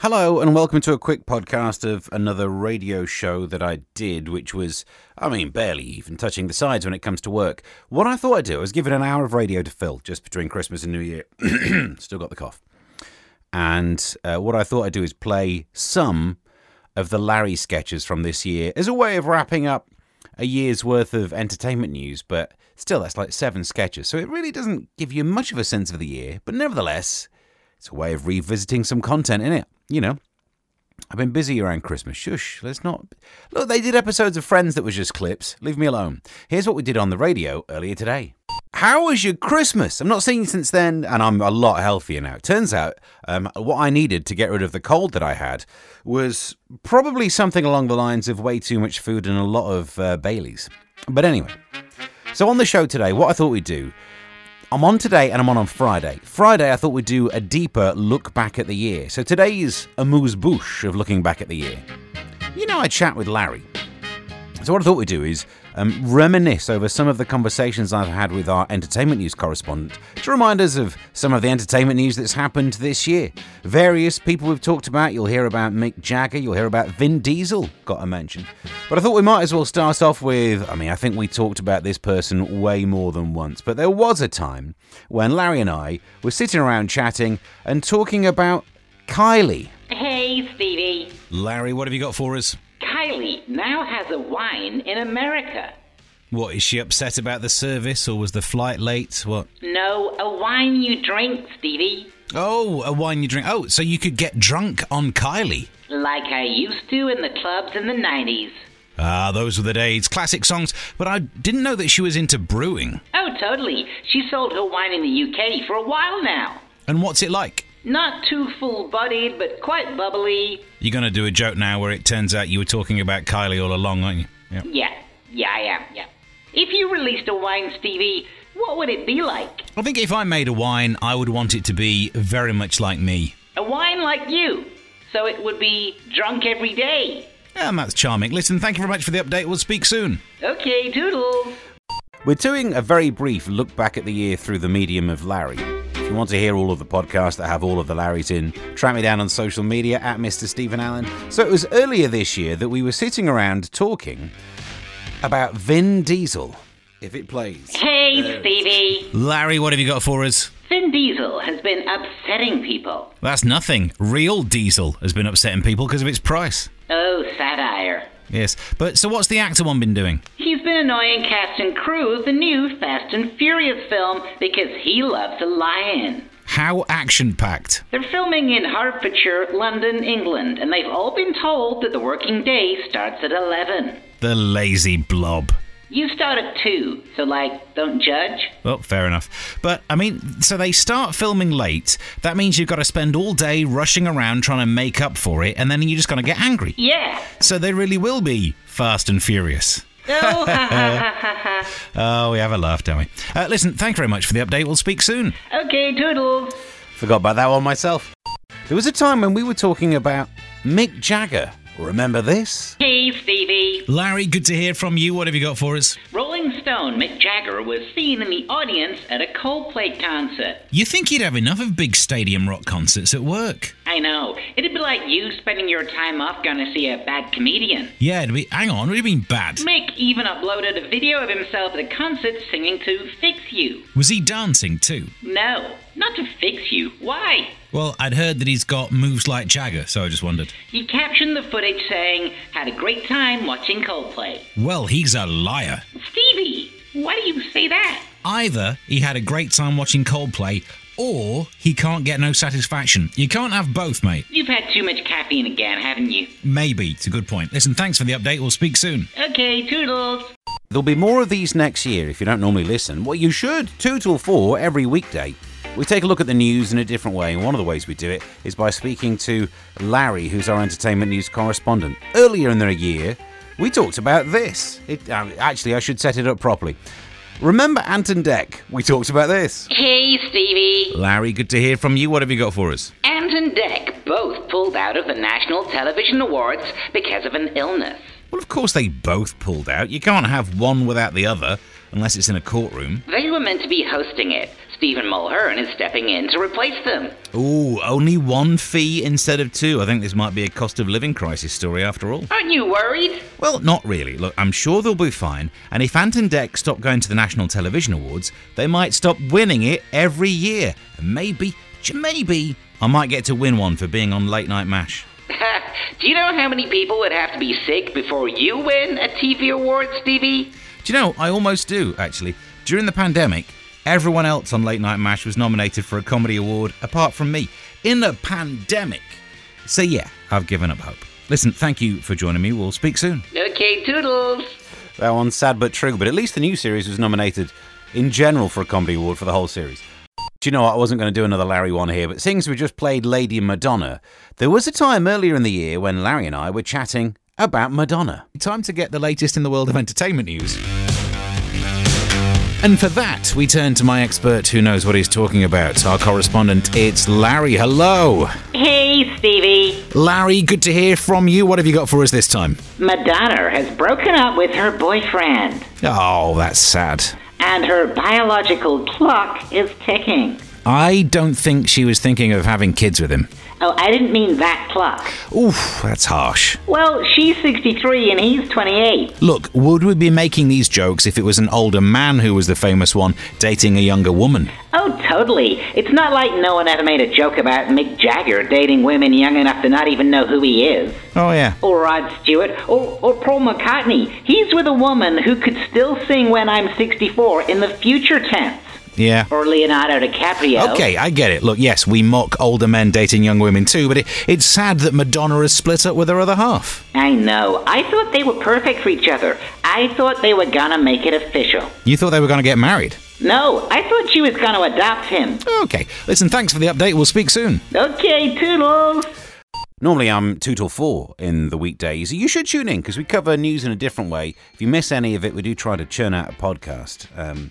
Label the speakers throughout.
Speaker 1: Hello, and welcome to a quick podcast of another radio show that I did, which was, I mean, barely even touching the sides when it comes to work. What I thought I'd do was give it an hour of radio to fill just between Christmas and New Year. Still got the cough. And uh, what I thought I'd do is play some of the Larry sketches from this year as a way of wrapping up a year's worth of entertainment news, but still, that's like seven sketches. So it really doesn't give you much of a sense of the year, but nevertheless, it's a way of revisiting some content in it. You know, I've been busy around Christmas. Shush, let's not. Look, they did episodes of Friends that was just clips. Leave me alone. Here's what we did on the radio earlier today. How was your Christmas? I'm not seeing you since then, and I'm a lot healthier now. Turns out, um, what I needed to get rid of the cold that I had was probably something along the lines of way too much food and a lot of uh, Baileys. But anyway, so on the show today, what I thought we'd do I'm on today and I'm on on Friday. Friday, I thought we'd do a deeper look back at the year. So today's amuse bouche of looking back at the year. You know, I chat with Larry. So what I thought we'd do is um, reminisce over some of the conversations I've had with our entertainment news correspondent to remind us of some of the entertainment news that's happened this year. Various people we've talked about. You'll hear about Mick Jagger. You'll hear about Vin Diesel. Got a mention. But I thought we might as well start off with. I mean, I think we talked about this person way more than once. But there was a time when Larry and I were sitting around chatting and talking about Kylie.
Speaker 2: Hey, Stevie.
Speaker 3: Larry, what have you got for us?
Speaker 2: Kylie now has a wine in America.
Speaker 3: What, is she upset about the service or was the flight late? What?
Speaker 2: No, a wine you drink, Stevie.
Speaker 3: Oh, a wine you drink. Oh, so you could get drunk on Kylie.
Speaker 2: Like I used to in the clubs in the 90s.
Speaker 3: Ah, those were the days. Classic songs. But I didn't know that she was into brewing.
Speaker 2: Oh, totally. She sold her wine in the UK for a while now.
Speaker 3: And what's it like?
Speaker 2: Not too full bodied, but quite bubbly.
Speaker 3: You're going to do a joke now where it turns out you were talking about Kylie all along, aren't you? Yeah.
Speaker 2: Yeah, yeah, I am, yeah. If you released a wine, Stevie, what would it be like?
Speaker 3: I think if I made a wine, I would want it to be very much like me.
Speaker 2: A wine like you. So it would be drunk every day.
Speaker 3: Ah, that's charming. Listen, thank you very much for the update. We'll speak soon.
Speaker 2: Okay, doodles.
Speaker 1: We're doing a very brief look back at the year through the medium of Larry. If you want to hear all of the podcasts that have all of the Larrys in, track me down on social media at Mr. Stephen Allen. So it was earlier this year that we were sitting around talking about Vin Diesel. If it plays.
Speaker 2: Hey, Stevie.
Speaker 3: Larry, what have you got for us?
Speaker 2: Vin Diesel has been upsetting people.
Speaker 3: That's nothing. Real diesel has been upsetting people because of its price.
Speaker 2: Oh, satire.
Speaker 3: Yes. But so what's the actor one been doing?
Speaker 2: He's been annoying cast and crew of the new Fast and Furious film because he loves a lion.
Speaker 3: How action packed.
Speaker 2: They're filming in Hertfordshire, London, England, and they've all been told that the working day starts at 11.
Speaker 3: The lazy blob.
Speaker 2: You start at 2, so, like, don't judge.
Speaker 3: Well, Oh, fair enough. But, I mean, so they start filming late. That means you've got to spend all day rushing around trying to make up for it, and then you're just going to get angry.
Speaker 2: Yeah.
Speaker 3: So they really will be fast and furious.
Speaker 2: Oh, ha ha ha ha
Speaker 3: Oh, we have a laugh, don't we? Uh, listen, thank you very much for the update. We'll speak soon.
Speaker 2: ha. Okay, doodles.
Speaker 1: Forgot about that one myself. There was a time when we were talking about Mick Jagger. Remember this?
Speaker 2: Hey, Stevie.
Speaker 3: Larry, good to hear from you. What have you got for us?
Speaker 2: Rolling Stone Mick Jagger was seen in the audience at a Coldplay concert.
Speaker 3: You think you'd have enough of big stadium rock concerts at work?
Speaker 2: I know. It'd be like you spending your time off going to see a bad comedian.
Speaker 3: Yeah, it'd be. Hang on, what do you mean bad?
Speaker 2: Mick even uploaded a video of himself at a concert singing to Fix You.
Speaker 3: Was he dancing too?
Speaker 2: No, not to Fix You. Why?
Speaker 3: Well, I'd heard that he's got moves like Jagger, so I just wondered.
Speaker 2: He captioned the footage saying, Had a great time watching Coldplay.
Speaker 3: Well, he's a liar.
Speaker 2: Stevie, why do you say that?
Speaker 3: Either he had a great time watching Coldplay, or he can't get no satisfaction. You can't have both, mate.
Speaker 2: You've had too much caffeine again, haven't you?
Speaker 3: Maybe. It's a good point. Listen, thanks for the update. We'll speak soon.
Speaker 2: Okay, toodles.
Speaker 1: There'll be more of these next year if you don't normally listen. Well, you should, 2 till 4 every weekday. We take a look at the news in a different way, and one of the ways we do it is by speaking to Larry, who's our entertainment news correspondent. Earlier in the year, we talked about this. It, um, actually, I should set it up properly. Remember Anton Deck? We talked about this.
Speaker 2: Hey, Stevie.
Speaker 1: Larry, good to hear from you. What have you got for us?
Speaker 2: Ant and Deck both pulled out of the National Television Awards because of an illness.
Speaker 1: Well, of course, they both pulled out. You can't have one without the other unless it's in a courtroom.
Speaker 2: They were meant to be hosting it. Stephen Mulhern is stepping in to replace them.
Speaker 3: Ooh, only one fee instead of two. I think this might be a cost of living crisis story after all.
Speaker 2: Aren't you worried?
Speaker 3: Well, not really. Look, I'm sure they'll be fine. And if Ant and Dec stop going to the National Television Awards, they might stop winning it every year. And maybe, j- maybe, I might get to win one for being on Late Night MASH.
Speaker 2: Do you know how many people would have to be sick before you win a TV award, Stevie?
Speaker 3: Do you know, I almost do, actually. During the pandemic, everyone else on Late Night MASH was nominated for a comedy award apart from me. In a pandemic. So, yeah, I've given up hope. Listen, thank you for joining me. We'll speak soon.
Speaker 2: Okay, toodles.
Speaker 1: That one's sad but true, but at least the new series was nominated in general for a comedy award for the whole series. Do you know what? I wasn't going to do another Larry one here, but since we just played Lady Madonna, there was a time earlier in the year when Larry and I were chatting about Madonna.
Speaker 3: Time to get the latest in the world of entertainment news. And for that, we turn to my expert who knows what he's talking about, our correspondent. It's Larry. Hello.
Speaker 2: Hey, Stevie.
Speaker 3: Larry, good to hear from you. What have you got for us this time?
Speaker 2: Madonna has broken up with her boyfriend,
Speaker 3: Oh, that's sad.
Speaker 2: and her biological clock is ticking.
Speaker 3: I don't think she was thinking of having kids with him.
Speaker 2: Oh, I didn't mean that clock.
Speaker 3: Oof, that's harsh.
Speaker 2: Well, she's 63 and he's 28.
Speaker 3: Look, would we be making these jokes if it was an older man who was the famous one dating a younger woman?
Speaker 2: Oh, totally. It's not like no one ever made a joke about Mick Jagger dating women young enough to not even know who he is.
Speaker 3: Oh, yeah.
Speaker 2: Or Rod Stewart, or, or Paul McCartney. He's with a woman who could still sing When I'm 64 in the future tense.
Speaker 3: Yeah.
Speaker 2: Or Leonardo DiCaprio.
Speaker 3: Okay, I get it. Look, yes, we mock older men dating young women too, but it, it's sad that Madonna has split up with her other half.
Speaker 2: I know. I thought they were perfect for each other. I thought they were gonna make it official.
Speaker 3: You thought they were going to get married.
Speaker 2: No, I thought she was gonna adopt him.
Speaker 3: Okay, listen, thanks for the update. We'll speak soon.
Speaker 2: Okay, toodles.
Speaker 1: Normally, I'm 2 till 4 in the weekdays. You should tune in because we cover news in a different way. If you miss any of it, we do try to churn out a podcast. Um,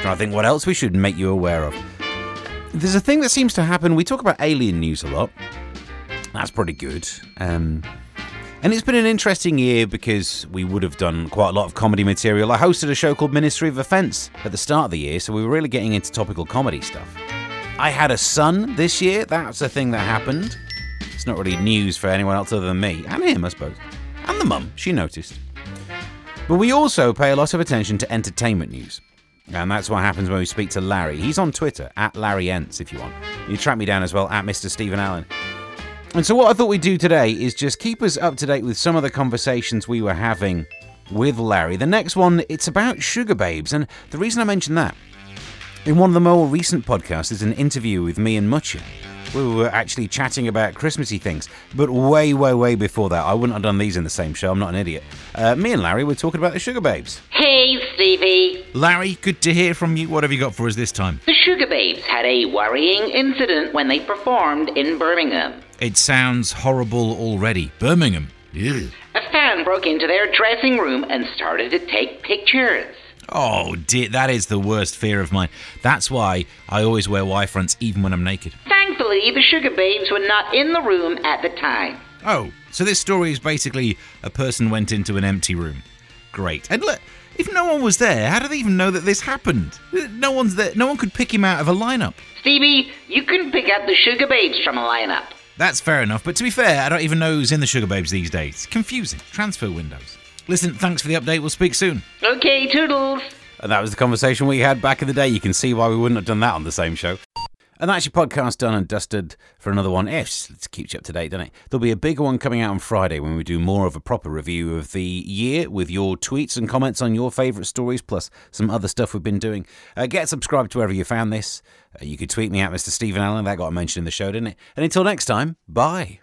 Speaker 1: trying to think what else we should make you aware of. There's a thing that seems to happen. We talk about alien news a lot. That's pretty good. Um, and it's been an interesting year because we would have done quite a lot of comedy material. I hosted a show called Ministry of Offence at the start of the year, so we were really getting into topical comedy stuff. I had a son this year. That's a thing that happened. It's not really news for anyone else other than me and him, I suppose. And the mum, she noticed. But we also pay a lot of attention to entertainment news. And that's what happens when we speak to Larry. He's on Twitter, at Larry Ents, if you want. You track me down as well, at Mr. Stephen Allen. And so, what I thought we'd do today is just keep us up to date with some of the conversations we were having with Larry. The next one, it's about sugar babes. And the reason I mention that in one of the more recent podcasts is an interview with me and Mucha. We were actually chatting about Christmassy things, but way, way, way before that. I wouldn't have done these in the same show. I'm not an idiot. Uh, me and Larry were talking about the Sugar Babes.
Speaker 2: Hey, Stevie.
Speaker 3: Larry, good to hear from you. What have you got for us this time?
Speaker 2: The Sugar Babes had a worrying incident when they performed in Birmingham.
Speaker 3: It sounds horrible already. Birmingham. Ew.
Speaker 2: A fan broke into their dressing room and started to take pictures.
Speaker 3: Oh dear, that is the worst fear of mine. That's why I always wear Y fronts even when I'm naked.
Speaker 2: Thankfully, the Sugar Babes were not in the room at the time.
Speaker 3: Oh, so this story is basically a person went into an empty room. Great. And look, if no one was there, how do they even know that this happened? No one's there. No one could pick him out of a lineup.
Speaker 2: Stevie, you can pick out the Sugar Babes from a lineup.
Speaker 3: That's fair enough, but to be fair, I don't even know who's in the Sugar Babes these days. Confusing. Transfer windows. Listen, thanks for the update. We'll speak soon.
Speaker 2: Okay, toodles.
Speaker 1: And that was the conversation we had back in the day. You can see why we wouldn't have done that on the same show. And that's your podcast done and dusted for another one. Yes, it keeps you up to date, doesn't it? There'll be a bigger one coming out on Friday when we do more of a proper review of the year with your tweets and comments on your favourite stories, plus some other stuff we've been doing. Uh, get subscribed to wherever you found this. Uh, you could tweet me at Mr. Stephen Allen. That got mentioned in the show, didn't it? And until next time, bye.